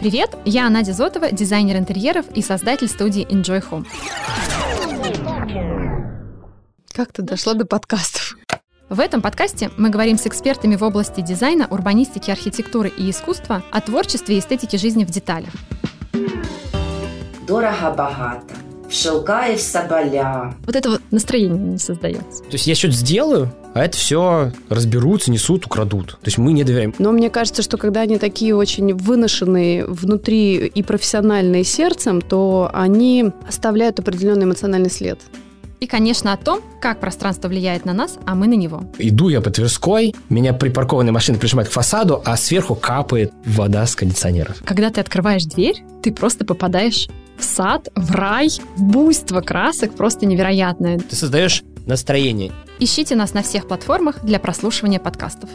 Привет, я Надя Зотова, дизайнер интерьеров и создатель студии Enjoy Home. Как ты дошла до подкастов? В этом подкасте мы говорим с экспертами в области дизайна, урбанистики, архитектуры и искусства о творчестве и эстетике жизни в деталях. Дорого-богато. В шелка и в соболя. Вот это вот настроение не создается. То есть я что-то сделаю, а это все разберутся, несут, украдут. То есть мы не доверяем. Но мне кажется, что когда они такие очень выношенные внутри и профессиональные сердцем, то они оставляют определенный эмоциональный след. И, конечно, о том, как пространство влияет на нас, а мы на него. Иду я по Тверской, меня припаркованная машина прижимает к фасаду, а сверху капает вода с кондиционера. Когда ты открываешь дверь, ты просто попадаешь в сад, в рай, в буйство красок просто невероятное. Ты создаешь настроение. Ищите нас на всех платформах для прослушивания подкастов.